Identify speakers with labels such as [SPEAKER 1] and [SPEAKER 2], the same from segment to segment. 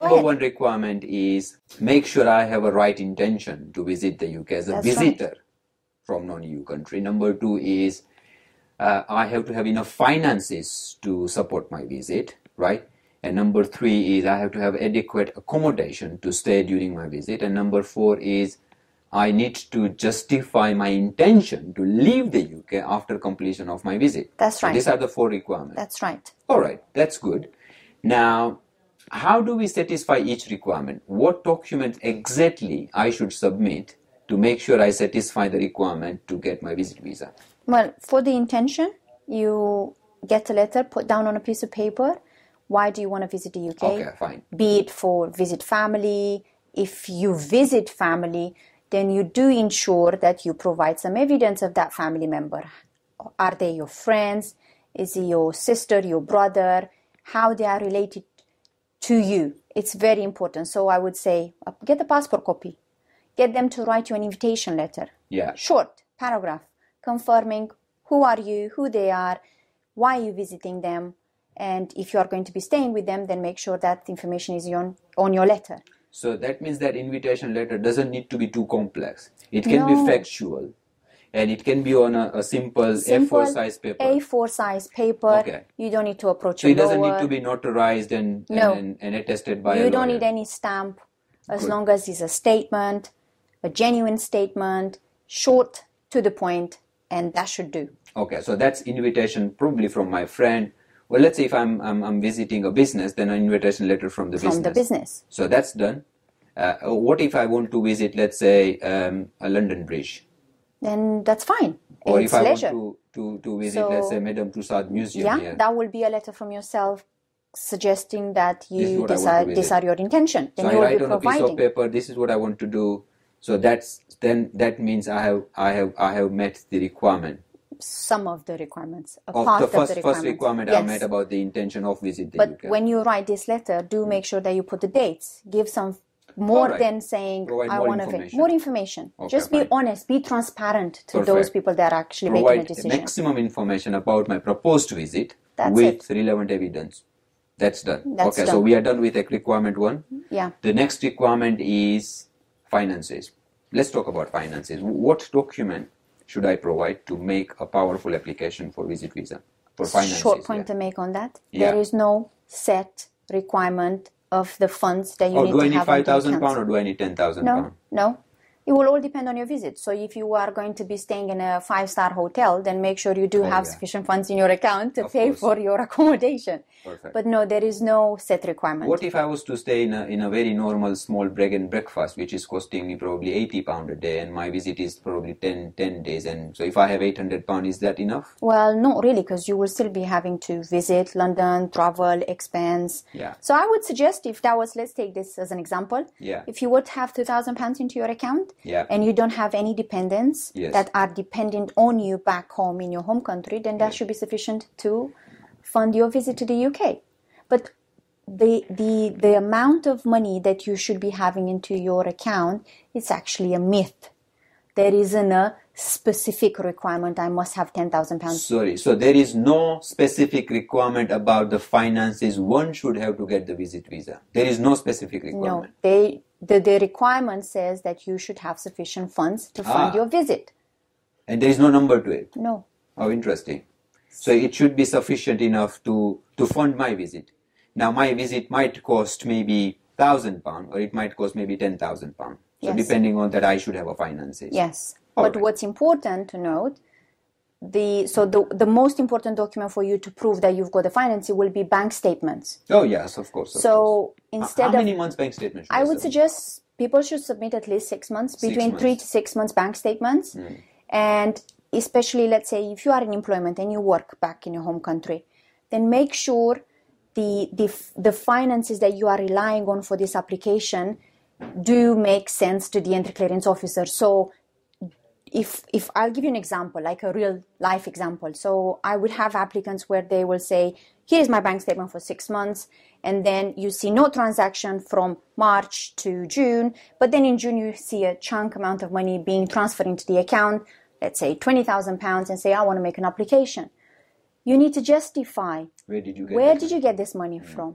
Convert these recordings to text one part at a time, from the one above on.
[SPEAKER 1] number one requirement is make sure I have a right intention to visit the UK as a
[SPEAKER 2] That's right.
[SPEAKER 1] visitor from non-EU country. Number two is uh, I have to have enough finances to support my visit, right? And number three is I have to have adequate accommodation to stay during my visit. And number four is I need to justify my intention to leave the UK after completion of my visit.
[SPEAKER 2] That's
[SPEAKER 1] So
[SPEAKER 2] right.
[SPEAKER 1] these are the four requirements.
[SPEAKER 2] That's right.
[SPEAKER 1] All right, that's good. Now, how do we satisfy each requirement? What document exactly I should submit to make sure I satisfy the requirement to get my visit visa?
[SPEAKER 2] Well, for the intention, you get a letter put down on a piece of paper. Why do you want to visit the UK?
[SPEAKER 1] Okay, fine.
[SPEAKER 2] Be it for visit family. If you visit family, then you do ensure that you provide some evidence of that family member. Are they your friends? Is it your sister, your brother? How they are related to you? It's very important. So I would say uh, get the passport copy. Get them to write you an invitation letter
[SPEAKER 1] Yeah,
[SPEAKER 2] short paragraph confirming who are you, who they are, why you visiting them, and if you are going to be staying with them, then make sure that information is on on your letter.
[SPEAKER 1] so that means that invitation letter doesn't need to be too complex. It can be
[SPEAKER 2] No.
[SPEAKER 1] factual and it can be on a, a simple,
[SPEAKER 2] Simple
[SPEAKER 1] A4 size paper.
[SPEAKER 2] A4 size paper.
[SPEAKER 1] Okay.
[SPEAKER 2] You don't need to approach
[SPEAKER 1] so
[SPEAKER 2] your
[SPEAKER 1] it doesn't
[SPEAKER 2] lawyer.
[SPEAKER 1] need to be notarized and,
[SPEAKER 2] No.
[SPEAKER 1] and, and, and attested by a
[SPEAKER 2] you don't
[SPEAKER 1] lawyer.
[SPEAKER 2] need any stamp as
[SPEAKER 1] Good.
[SPEAKER 2] long as it's a statement, a genuine statement, short to the point, and that should do.
[SPEAKER 1] Okay, so that's invitation probably from my friend. Well, let's say if I'm I'm, I'm visiting a business, then an invitation letter from the
[SPEAKER 2] From
[SPEAKER 1] business.
[SPEAKER 2] the business.
[SPEAKER 1] So that's done. Uh, what if I want to visit, let's say, um, a London Bridge,
[SPEAKER 2] Then that's fine.
[SPEAKER 1] or
[SPEAKER 2] it's
[SPEAKER 1] if I
[SPEAKER 2] leisure.
[SPEAKER 1] want to to to visit, let's
[SPEAKER 2] So-
[SPEAKER 1] say, Madame Tussauds Museum
[SPEAKER 2] yeah,
[SPEAKER 1] here.
[SPEAKER 2] that will be a letter from yourself suggesting that
[SPEAKER 1] This is
[SPEAKER 2] you
[SPEAKER 1] what I want to
[SPEAKER 2] decide these
[SPEAKER 1] visit.
[SPEAKER 2] are your intention. Then
[SPEAKER 1] so I
[SPEAKER 2] you will
[SPEAKER 1] write
[SPEAKER 2] be
[SPEAKER 1] on a piece of
[SPEAKER 2] providing.
[SPEAKER 1] paper. This is what I want to do. So that's then that means I have I have I have met the requirement
[SPEAKER 2] Some of the requirements, a
[SPEAKER 1] of
[SPEAKER 2] part
[SPEAKER 1] the
[SPEAKER 2] of
[SPEAKER 1] first
[SPEAKER 2] the requirements.
[SPEAKER 1] first requirement I
[SPEAKER 2] yes.
[SPEAKER 1] met about the intention of visit the
[SPEAKER 2] But
[SPEAKER 1] UK.
[SPEAKER 2] when you write this letter, do make sure that you put the dates. Give some more
[SPEAKER 1] Alright.
[SPEAKER 2] than saying
[SPEAKER 1] Provide
[SPEAKER 2] I
[SPEAKER 1] more
[SPEAKER 2] want to
[SPEAKER 1] information.
[SPEAKER 2] more information.
[SPEAKER 1] Okay,
[SPEAKER 2] Just be
[SPEAKER 1] fine.
[SPEAKER 2] honest, be transparent to those
[SPEAKER 1] Perfect.
[SPEAKER 2] people that are actually
[SPEAKER 1] provide
[SPEAKER 2] making a decision.
[SPEAKER 1] maximum information about my proposed visit
[SPEAKER 2] That's
[SPEAKER 1] with relevant evidence. That's done.
[SPEAKER 2] That's
[SPEAKER 1] okay, so
[SPEAKER 2] done. Mm-hmm.
[SPEAKER 1] we are done with ec- requirement one.
[SPEAKER 2] Yeah.
[SPEAKER 1] The next requirement is finances. Let's talk about finances. What document should I provide to make a powerful application for visit visa for finances?
[SPEAKER 2] Short
[SPEAKER 1] yeah.
[SPEAKER 2] point to make on that.
[SPEAKER 1] Yeah.
[SPEAKER 2] There is no set requirement of the funds that you
[SPEAKER 1] Oh,
[SPEAKER 2] need
[SPEAKER 1] do
[SPEAKER 2] to
[SPEAKER 1] I need
[SPEAKER 2] have on
[SPEAKER 1] five
[SPEAKER 2] the
[SPEAKER 1] thousand
[SPEAKER 2] accounts.
[SPEAKER 1] pound or do I need ten thousand
[SPEAKER 2] No,
[SPEAKER 1] pound?
[SPEAKER 2] no. It will all depend on your visit. So if you are going to be staying in a five-star hotel, then make sure you do have
[SPEAKER 1] Oh, yeah.
[SPEAKER 2] sufficient funds in your account to
[SPEAKER 1] Of
[SPEAKER 2] pay
[SPEAKER 1] course.
[SPEAKER 2] for your accommodation.
[SPEAKER 1] Perfect.
[SPEAKER 2] But no, there is no set requirement.
[SPEAKER 1] What if I was to stay in a, in a very normal small break and breakfast, which is costing me probably 80 pound a day, and my visit is probably 10, 10 days, and so if I have 800 pound, is that enough?
[SPEAKER 2] Well, not really, because you will still be having to visit London, travel, expense.
[SPEAKER 1] Yeah.
[SPEAKER 2] So I would suggest if that was, let's take this as an example.
[SPEAKER 1] Yeah.
[SPEAKER 2] If you would have two thousand pounds into your account,
[SPEAKER 1] Yeah.
[SPEAKER 2] and you don't have any dependents
[SPEAKER 1] Yes.
[SPEAKER 2] that are dependent on you back home in your home country, then that should be sufficient to fund your visit to the UK. But the the the amount of money that you should be having into your account is actually a myth. There isn't a specific requirement. I must have ten thousand pounds
[SPEAKER 1] Sorry, so there is no specific requirement about the finances one should have to get the visit visa. There is no specific
[SPEAKER 2] No,
[SPEAKER 1] requirement.
[SPEAKER 2] they the, the requirement says that you should have sufficient funds to fund
[SPEAKER 1] Ah.
[SPEAKER 2] your visit.
[SPEAKER 1] And there is no number to it.
[SPEAKER 2] No,
[SPEAKER 1] How interesting. So it should be sufficient enough to, to fund my visit. Now my visit might cost maybe thousand pound or it might cost maybe ten thousand pound. So
[SPEAKER 2] Yes.
[SPEAKER 1] depending on that I should have a finances.
[SPEAKER 2] yes.
[SPEAKER 1] All
[SPEAKER 2] but
[SPEAKER 1] right.
[SPEAKER 2] what's important to note, the so the the most important document for you to prove that you've got the financing will be bank statements.
[SPEAKER 1] Oh yes, of course. Of course.
[SPEAKER 2] So
[SPEAKER 1] H-
[SPEAKER 2] instead
[SPEAKER 1] how
[SPEAKER 2] of
[SPEAKER 1] many months bank statement should
[SPEAKER 2] I would
[SPEAKER 1] submit?
[SPEAKER 2] suggest people should submit at least six months, between three
[SPEAKER 1] months.
[SPEAKER 2] to six months bank statements. And especially, let's say, if you are in employment and you work back in your home country, then make sure the, the, f- the finances that you are relying on for this application do make sense to the entry clearance officer. So if if I'll give you an example, like a real life example. So I would have applicants where they will say, "Here's my bank statement for six months," and then you see no transaction from March to June, but then in June you see a chunk amount of money being transferred into the account, let's say twenty thousand pounds, and say, "I want to make an application." You need to justify
[SPEAKER 1] Where did you get
[SPEAKER 2] where
[SPEAKER 1] that
[SPEAKER 2] did you get this money from?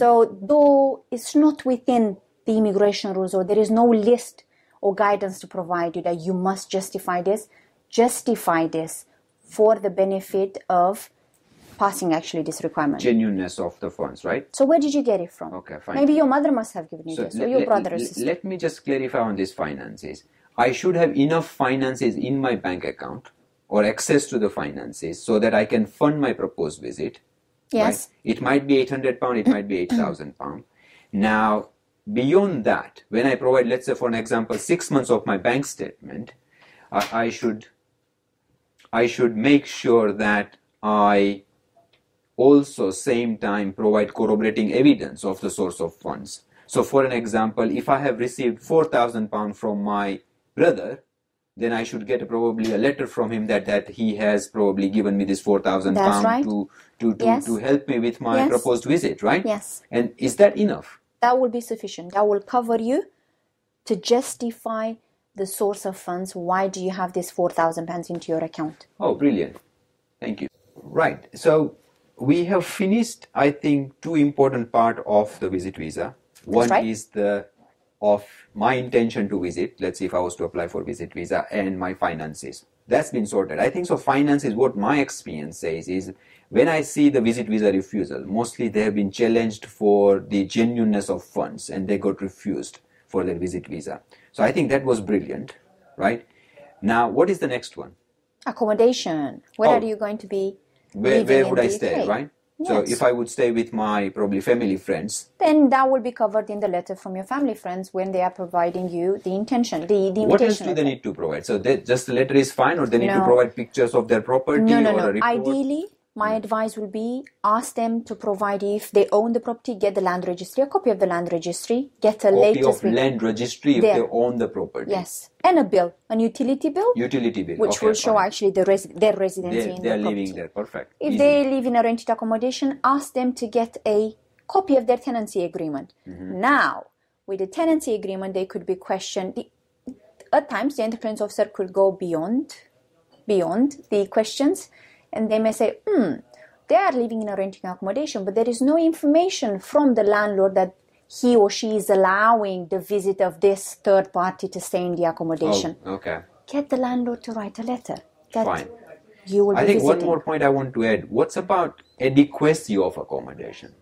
[SPEAKER 2] So, though it's not within the immigration rules or there is no list or guidance to provide you that you must justify this, justify this for the benefit of passing actually this requirement.
[SPEAKER 1] Genuineness of the funds, right?
[SPEAKER 2] So, where did you get it from?
[SPEAKER 1] Okay, fine.
[SPEAKER 2] Maybe your mother must have given you this, or
[SPEAKER 1] le-
[SPEAKER 2] your
[SPEAKER 1] le-
[SPEAKER 2] brother or
[SPEAKER 1] le-
[SPEAKER 2] sister.
[SPEAKER 1] Let me just clarify on these finances. I should have enough finances in my bank account or access to the finances so that I can fund my proposed visit. right?
[SPEAKER 2] yes. Mm-hmm.
[SPEAKER 1] It might be 800 pound, it might be 8,000 pound. Now, beyond that, when I provide, let's say for an example, six months of my bank statement, I, I should I should make sure that I also same time provide corroborating evidence of the source of funds. So for an example, if I have received 4,000 pound from my brother, then I should get probably a letter from him that, that he has probably given me this 4,000
[SPEAKER 2] That's
[SPEAKER 1] pound
[SPEAKER 2] right.
[SPEAKER 1] to, to, to,
[SPEAKER 2] Yes.
[SPEAKER 1] to help me with my
[SPEAKER 2] Yes.
[SPEAKER 1] proposed visit, right?
[SPEAKER 2] Yes.
[SPEAKER 1] And is that enough?
[SPEAKER 2] that will be sufficient. That will cover you to justify the source of funds. Why do you have this four thousand pounds into your account?
[SPEAKER 1] Oh, brilliant. Thank you. Right. So we have finished, I think, two important part of the visit visa. One
[SPEAKER 2] right.
[SPEAKER 1] is the of my intention to visit, let's see if I was to apply for visit visa and my finances. That's been sorted. I think so finance is what my experience says is when I see the visit visa refusal, mostly they have been challenged for the genuineness of funds and they got refused for their visit visa. So I think that was brilliant, right? Now, what is the next one?
[SPEAKER 2] Accommodation. Where
[SPEAKER 1] Oh.
[SPEAKER 2] are you going to be?
[SPEAKER 1] where,
[SPEAKER 2] living
[SPEAKER 1] where
[SPEAKER 2] in
[SPEAKER 1] would I
[SPEAKER 2] the
[SPEAKER 1] stay,
[SPEAKER 2] UK?
[SPEAKER 1] right? So
[SPEAKER 2] Yes.
[SPEAKER 1] if I would stay with my probably family friends,
[SPEAKER 2] Then that will be covered in the letter from your family friends when they are providing you the intention, the, the
[SPEAKER 1] what else
[SPEAKER 2] invitation.
[SPEAKER 1] do they
[SPEAKER 2] letter.
[SPEAKER 1] need to provide? So they, just the letter is fine, or they need to
[SPEAKER 2] No.
[SPEAKER 1] provide pictures of their property
[SPEAKER 2] No, no,
[SPEAKER 1] or a
[SPEAKER 2] no.
[SPEAKER 1] report. Mm.
[SPEAKER 2] Ideally, my advice will be ask them to provide if they own the property, get the land registry, a copy of the land registry, get a
[SPEAKER 1] Copy
[SPEAKER 2] latest
[SPEAKER 1] of
[SPEAKER 2] with-
[SPEAKER 1] land registry if
[SPEAKER 2] There.
[SPEAKER 1] they own the property.
[SPEAKER 2] yes, and a bill, an utility bill,
[SPEAKER 1] Utility bill,
[SPEAKER 2] which
[SPEAKER 1] okay,
[SPEAKER 2] will show
[SPEAKER 1] fine.
[SPEAKER 2] actually the res- their residency
[SPEAKER 1] They,
[SPEAKER 2] in
[SPEAKER 1] they are
[SPEAKER 2] the
[SPEAKER 1] living
[SPEAKER 2] property.
[SPEAKER 1] there. Perfect.
[SPEAKER 2] If
[SPEAKER 1] Easy.
[SPEAKER 2] they live in a rented accommodation, ask them to get a copy of their tenancy agreement.
[SPEAKER 1] Mm-hmm.
[SPEAKER 2] Now, with the tenancy agreement, they could be questioned. The- At times, the enterprise officer could go beyond beyond the questions, and they may say, "Hmm, they are living in a renting accommodation, but there is no information from the landlord that." He or she is allowing the visit of this third party to stay in the accommodation
[SPEAKER 1] Oh, okay.
[SPEAKER 2] get the landlord to write a letter that
[SPEAKER 1] Fine.
[SPEAKER 2] you will
[SPEAKER 1] I
[SPEAKER 2] be
[SPEAKER 1] think
[SPEAKER 2] visiting.
[SPEAKER 1] one more point I want to add. What's about adequacy of accommodation?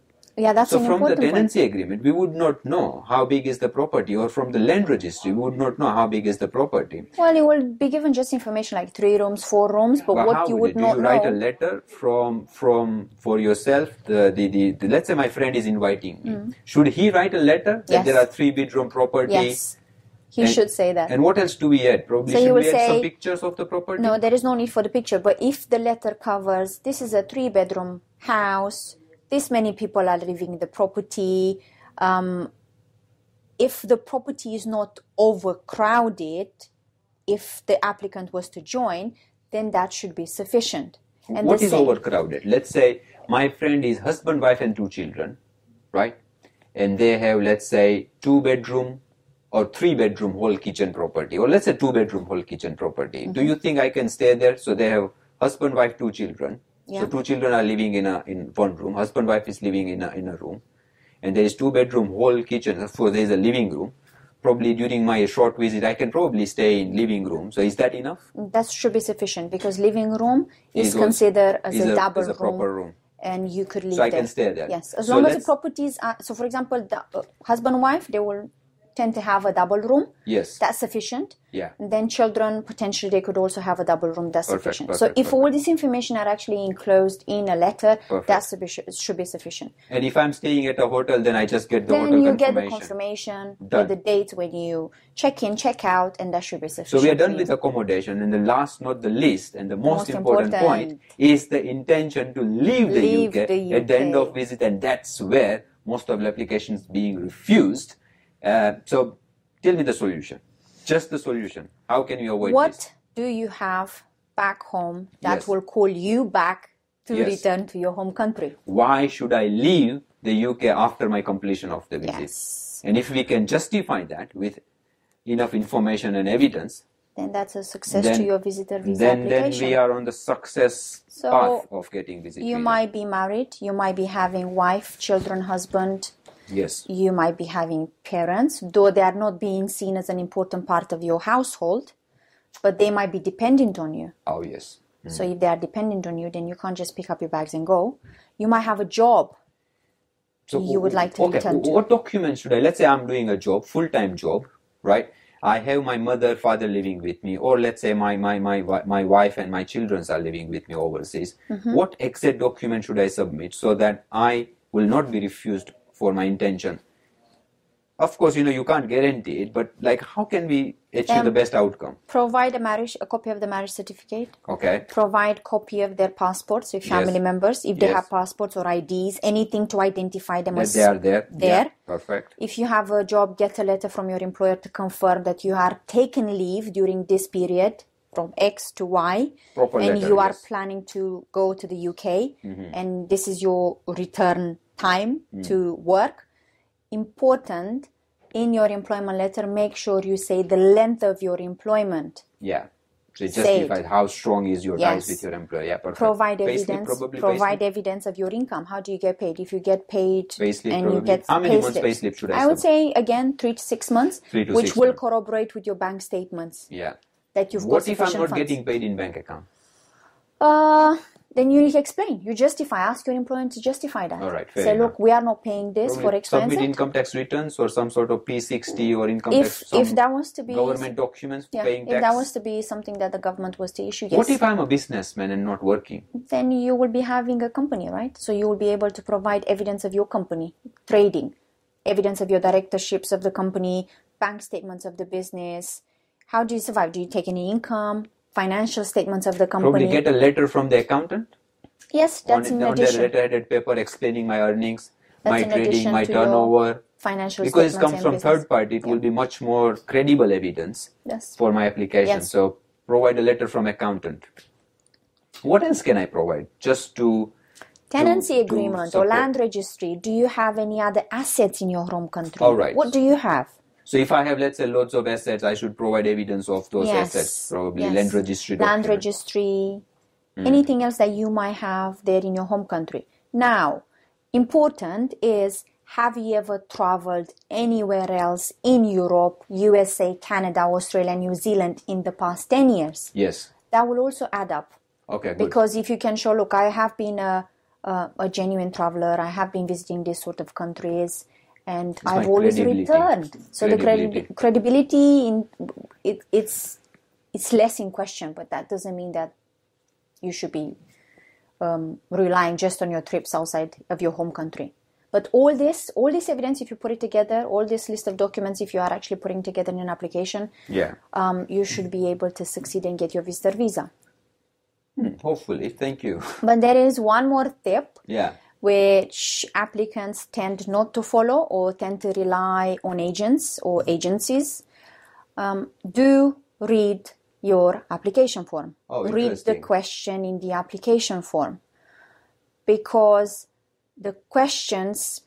[SPEAKER 2] yeah, that's
[SPEAKER 1] So
[SPEAKER 2] an
[SPEAKER 1] from the
[SPEAKER 2] important one.
[SPEAKER 1] tenancy agreement, we would not know how big is the property, or from the land registry, we would not know how big is the property.
[SPEAKER 2] Well, it will be given just information like three rooms, four rooms, but
[SPEAKER 1] But how
[SPEAKER 2] what you
[SPEAKER 1] would
[SPEAKER 2] would
[SPEAKER 1] it- do
[SPEAKER 2] not
[SPEAKER 1] you write a
[SPEAKER 2] know.
[SPEAKER 1] letter from from for yourself the, the, the, the- let's say my friend is inviting me should he write a letter that
[SPEAKER 2] Mm-hmm. Yes.
[SPEAKER 1] there are three bedroom property
[SPEAKER 2] yes, he
[SPEAKER 1] and-
[SPEAKER 2] should say that.
[SPEAKER 1] and what else do we add probably
[SPEAKER 2] So you
[SPEAKER 1] should we
[SPEAKER 2] will
[SPEAKER 1] add some
[SPEAKER 2] say-
[SPEAKER 1] pictures of the property
[SPEAKER 2] No, there is no need for the picture, but if the letter covers this is a three bedroom house, this many people are living in the property, um, if the property is not overcrowded, if the applicant was to join, then that should be sufficient. And
[SPEAKER 1] what
[SPEAKER 2] the
[SPEAKER 1] is
[SPEAKER 2] same-
[SPEAKER 1] overcrowded let's say my friend is husband wife and two children right and they have let's say two bedroom or three bedroom whole kitchen property or let's say two bedroom whole kitchen property
[SPEAKER 2] Mm-hmm.
[SPEAKER 1] do you think i can stay there so they have husband wife two children so
[SPEAKER 2] Yeah.
[SPEAKER 1] two children are living in a in one room husband wife is living in a in a room and there is two bedroom whole kitchen so there is a living room probably during my short visit i can probably stay in living room so is that enough
[SPEAKER 2] that should be sufficient because living room is,
[SPEAKER 1] Is also-
[SPEAKER 2] considered as
[SPEAKER 1] is
[SPEAKER 2] a,
[SPEAKER 1] a-
[SPEAKER 2] double
[SPEAKER 1] is a proper room.
[SPEAKER 2] and you could live
[SPEAKER 1] I
[SPEAKER 2] there.
[SPEAKER 1] can stay there.
[SPEAKER 2] Yes, as
[SPEAKER 1] So
[SPEAKER 2] long as the
[SPEAKER 1] let's-
[SPEAKER 2] properties are so. For example, the uh, husband wife they will tend to have a double room.
[SPEAKER 1] Yes.
[SPEAKER 2] that's sufficient.
[SPEAKER 1] Yeah.
[SPEAKER 2] And then children potentially they could also have a double room. That's
[SPEAKER 1] Perfect,
[SPEAKER 2] sufficient.
[SPEAKER 1] perfect,
[SPEAKER 2] so if all this information are actually enclosed in a letter,
[SPEAKER 1] Perfect.
[SPEAKER 2] that should be, should be sufficient.
[SPEAKER 1] And if I'm staying at a hotel, then I just get the
[SPEAKER 2] then
[SPEAKER 1] hotel
[SPEAKER 2] you get
[SPEAKER 1] confirmation.
[SPEAKER 2] the confirmation
[SPEAKER 1] Done.
[SPEAKER 2] with the date when you check in, check out, and that should be
[SPEAKER 1] So
[SPEAKER 2] sufficient.
[SPEAKER 1] we are done
[SPEAKER 2] for you.
[SPEAKER 1] with accommodation, and the last, not the least, and the most,
[SPEAKER 2] Most
[SPEAKER 1] important, point
[SPEAKER 2] important.
[SPEAKER 1] is the intention to leave,
[SPEAKER 2] Leave
[SPEAKER 1] the, UK
[SPEAKER 2] the
[SPEAKER 1] at the end
[SPEAKER 2] UK.
[SPEAKER 1] of visit, and that's where most of the applications being refused. Uh, so tell me the solution, just the solution. How can we avoid this?
[SPEAKER 2] What do you have back home that
[SPEAKER 1] Yes.
[SPEAKER 2] will call you back to
[SPEAKER 1] Yes.
[SPEAKER 2] return to your home country?
[SPEAKER 1] Why should I leave the UK after my completion of the visit?
[SPEAKER 2] Yes.
[SPEAKER 1] And if we can justify that with enough information and evidence,
[SPEAKER 2] then that's a success to
[SPEAKER 1] Then-
[SPEAKER 2] your visitor visa
[SPEAKER 1] then then
[SPEAKER 2] application.
[SPEAKER 1] we are on the success
[SPEAKER 2] So,
[SPEAKER 1] path of getting visit
[SPEAKER 2] you
[SPEAKER 1] visa.
[SPEAKER 2] might be married, you might be having wife, children, husband,
[SPEAKER 1] yes
[SPEAKER 2] you might be having parents, though they are not being seen as an important part of your household, but they might be dependent on you.
[SPEAKER 1] oh yes
[SPEAKER 2] So if they are dependent on you, then you can't just pick up your bags and go. You might have a job.
[SPEAKER 1] so
[SPEAKER 2] you would like to
[SPEAKER 1] okay
[SPEAKER 2] return to-
[SPEAKER 1] what documents should i let's say i'm doing a job full-time job right i have my mother father living with me or let's say my my my, wi- my wife and my children are living with me overseas
[SPEAKER 2] Mm-hmm.
[SPEAKER 1] what exit document should i submit so that i will not be refused for my intention of course you know you can't guarantee it but like how can we achieve the best outcome
[SPEAKER 2] Provide a marriage, a copy of the marriage certificate.
[SPEAKER 1] okay
[SPEAKER 2] Provide copy of their passports, if family members, if they
[SPEAKER 1] Yes.
[SPEAKER 2] have passports or IDs, anything to identify them
[SPEAKER 1] that
[SPEAKER 2] as
[SPEAKER 1] they are there
[SPEAKER 2] there.
[SPEAKER 1] Yeah, perfect
[SPEAKER 2] If you have a job, get a letter from your employer to confirm that you are taking leave during this period from X to Y
[SPEAKER 1] Proper
[SPEAKER 2] and
[SPEAKER 1] letter,
[SPEAKER 2] you are
[SPEAKER 1] yes. Mm-hmm.
[SPEAKER 2] planning to go to the UK and this is your return time
[SPEAKER 1] Mm.
[SPEAKER 2] to work. Important in your employment letter, make sure you say the length of your employment.
[SPEAKER 1] Yeah. So it
[SPEAKER 2] Said.
[SPEAKER 1] justifies how strong is your ties
[SPEAKER 2] Yes.
[SPEAKER 1] with your employer. Yeah, perfect.
[SPEAKER 2] Provide
[SPEAKER 1] Payslip
[SPEAKER 2] evidence.
[SPEAKER 1] probably,
[SPEAKER 2] Provide
[SPEAKER 1] payslip.
[SPEAKER 2] evidence of your income. How do you get paid? If you get paid
[SPEAKER 1] Payslip
[SPEAKER 2] and you
[SPEAKER 1] probably.
[SPEAKER 2] get
[SPEAKER 1] How many months
[SPEAKER 2] payslips.
[SPEAKER 1] payslip should I
[SPEAKER 2] I would
[SPEAKER 1] submit?
[SPEAKER 2] say again three to six months,
[SPEAKER 1] Three to
[SPEAKER 2] which
[SPEAKER 1] six
[SPEAKER 2] will
[SPEAKER 1] months.
[SPEAKER 2] corroborate with your bank statements
[SPEAKER 1] Yeah.
[SPEAKER 2] that you've
[SPEAKER 1] What if
[SPEAKER 2] got
[SPEAKER 1] I'm
[SPEAKER 2] sufficient
[SPEAKER 1] not
[SPEAKER 2] funds.
[SPEAKER 1] getting paid in bank account?
[SPEAKER 2] Uh, then you need to explain. You justify. Ask your employer to justify that.
[SPEAKER 1] All right, fair
[SPEAKER 2] Say,
[SPEAKER 1] enough.
[SPEAKER 2] look, we are not paying this for
[SPEAKER 1] Probably
[SPEAKER 2] expenses.
[SPEAKER 1] Submit income tax returns or some sort of P60 or income
[SPEAKER 2] If
[SPEAKER 1] tax, some
[SPEAKER 2] if that was to be
[SPEAKER 1] government documents
[SPEAKER 2] yeah,
[SPEAKER 1] paying
[SPEAKER 2] if
[SPEAKER 1] tax.
[SPEAKER 2] that was to be something that the government was to issue, yes.
[SPEAKER 1] What if I'm a businessman and not working?
[SPEAKER 2] then you will be having a company, right? So you will be able to provide evidence of your company trading, evidence of your directorships of the company, bank statements of the business. How do you survive? Do you take any income? Financial statements of the
[SPEAKER 1] Probably
[SPEAKER 2] company.
[SPEAKER 1] get a letter from the accountant
[SPEAKER 2] yes,
[SPEAKER 1] on,
[SPEAKER 2] that's in
[SPEAKER 1] on their
[SPEAKER 2] addition.
[SPEAKER 1] letterheaded paper explaining my earnings,
[SPEAKER 2] That's
[SPEAKER 1] my
[SPEAKER 2] in
[SPEAKER 1] trading,
[SPEAKER 2] addition
[SPEAKER 1] my
[SPEAKER 2] to your
[SPEAKER 1] turnover.
[SPEAKER 2] Financial
[SPEAKER 1] Because it
[SPEAKER 2] statements
[SPEAKER 1] comes
[SPEAKER 2] and
[SPEAKER 1] from
[SPEAKER 2] business.
[SPEAKER 1] third party, it will be much more credible evidence.
[SPEAKER 2] Yes.
[SPEAKER 1] for my application.
[SPEAKER 2] Yes.
[SPEAKER 1] So provide a letter from accountant. What else can I provide? Just to
[SPEAKER 2] Tenancy
[SPEAKER 1] to
[SPEAKER 2] agreement or
[SPEAKER 1] support.
[SPEAKER 2] land registry. Do you have any other assets in your home country?
[SPEAKER 1] All right.
[SPEAKER 2] What do you have?
[SPEAKER 1] so if I have let's say loads of assets, I should provide evidence of those
[SPEAKER 2] Yes.
[SPEAKER 1] assets. Probably
[SPEAKER 2] Yes.
[SPEAKER 1] land registry. Hmm.
[SPEAKER 2] Land
[SPEAKER 1] document.
[SPEAKER 2] registry, anything else that you might have there in your home country. Now, important is have you ever traveled anywhere else in Europe, USA, Canada, Australia, New Zealand in the past 10 years?
[SPEAKER 1] Yes.
[SPEAKER 2] That will also add up.
[SPEAKER 1] Okay. Good.
[SPEAKER 2] because if you can show look i have been a, a, a genuine traveler i have been visiting these sort of countries and i've
[SPEAKER 1] my
[SPEAKER 2] always
[SPEAKER 1] credibility.
[SPEAKER 2] returned so the
[SPEAKER 1] Credibility.
[SPEAKER 2] credi- credibility in it, it's it's less in question but that doesn't mean that you should be um, relying just on your trips outside of your home country but all this all this evidence if you put it together all this list of documents if you are actually putting together in an application
[SPEAKER 1] yeah.
[SPEAKER 2] um, you should be able to succeed and get your visitor visa
[SPEAKER 1] Hopefully. Thank you.
[SPEAKER 2] but there is one more tip
[SPEAKER 1] yeah.
[SPEAKER 2] which applicants tend not to follow or tend to rely on agents or agencies. Um, do read your application form.
[SPEAKER 1] Oh,
[SPEAKER 2] read the
[SPEAKER 1] interesting.
[SPEAKER 2] question in the application form because the questions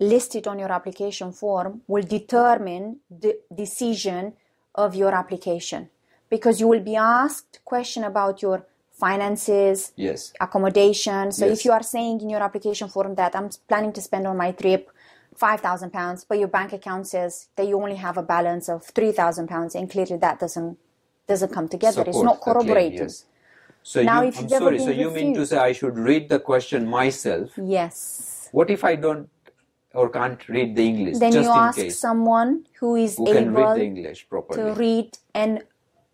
[SPEAKER 2] listed on your application form will determine the decision of your application because you will be asked question about your finances
[SPEAKER 1] Yes.
[SPEAKER 2] accommodation. So
[SPEAKER 1] Yes.
[SPEAKER 2] if you are saying in your application form that I'm planning to spend on my trip five thousand pounds, but your bank account says that you only have a balance of three thousand pounds, and clearly that doesn't doesn't come together. it's
[SPEAKER 1] Support
[SPEAKER 2] not
[SPEAKER 1] the claim,
[SPEAKER 2] corroborated.
[SPEAKER 1] yes. So
[SPEAKER 2] Now,
[SPEAKER 1] you,
[SPEAKER 2] if
[SPEAKER 1] I'm
[SPEAKER 2] you've ever
[SPEAKER 1] sorry.
[SPEAKER 2] been
[SPEAKER 1] So you mean to
[SPEAKER 2] refused-
[SPEAKER 1] say I should read the question myself?
[SPEAKER 2] Yes.
[SPEAKER 1] What if I don't or can't read the English?
[SPEAKER 2] Then
[SPEAKER 1] just
[SPEAKER 2] you
[SPEAKER 1] in
[SPEAKER 2] ask
[SPEAKER 1] case.
[SPEAKER 2] someone who is
[SPEAKER 1] Who can read the
[SPEAKER 2] able
[SPEAKER 1] English properly?
[SPEAKER 2] to read and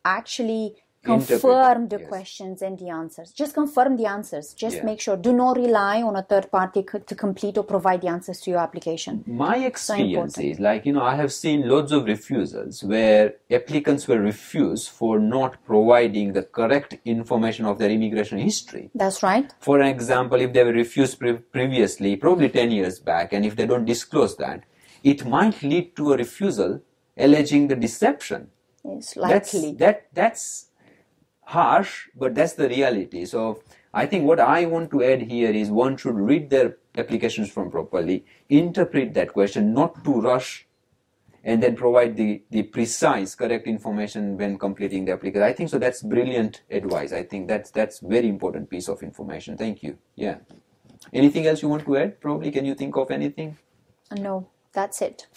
[SPEAKER 2] actually
[SPEAKER 1] Interpret,
[SPEAKER 2] confirm the
[SPEAKER 1] yes.
[SPEAKER 2] questions and the answers. Just confirm the answers. Just
[SPEAKER 1] Yeah.
[SPEAKER 2] make sure. Do not rely on a third party c- to complete or provide the answers to your application.
[SPEAKER 1] my experience
[SPEAKER 2] important.
[SPEAKER 1] is like you know i have seen loads of refusals where applicants were refused for not providing the correct information of their immigration history
[SPEAKER 2] That's right.
[SPEAKER 1] for an example if they were refused pre- previously probably 10 years back and if they don't disclose that it might lead to a refusal alleging the deception
[SPEAKER 2] It's
[SPEAKER 1] that's
[SPEAKER 2] likely.
[SPEAKER 1] that that's harsh but that's the reality so i think what i want to add here is one should read their applications from properly interpret that question not to rush and then provide the, the precise, correct information when completing the application. I think so. That's brilliant advice. I think that's that's very important piece of information. Thank you. Yeah. Anything else you want to add? Probably. Can you think of anything?
[SPEAKER 2] No, that's it.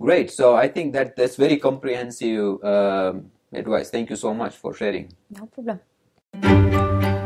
[SPEAKER 1] Great. So I think that that's very comprehensive um, advice. Thank you so much for sharing.
[SPEAKER 2] No problem.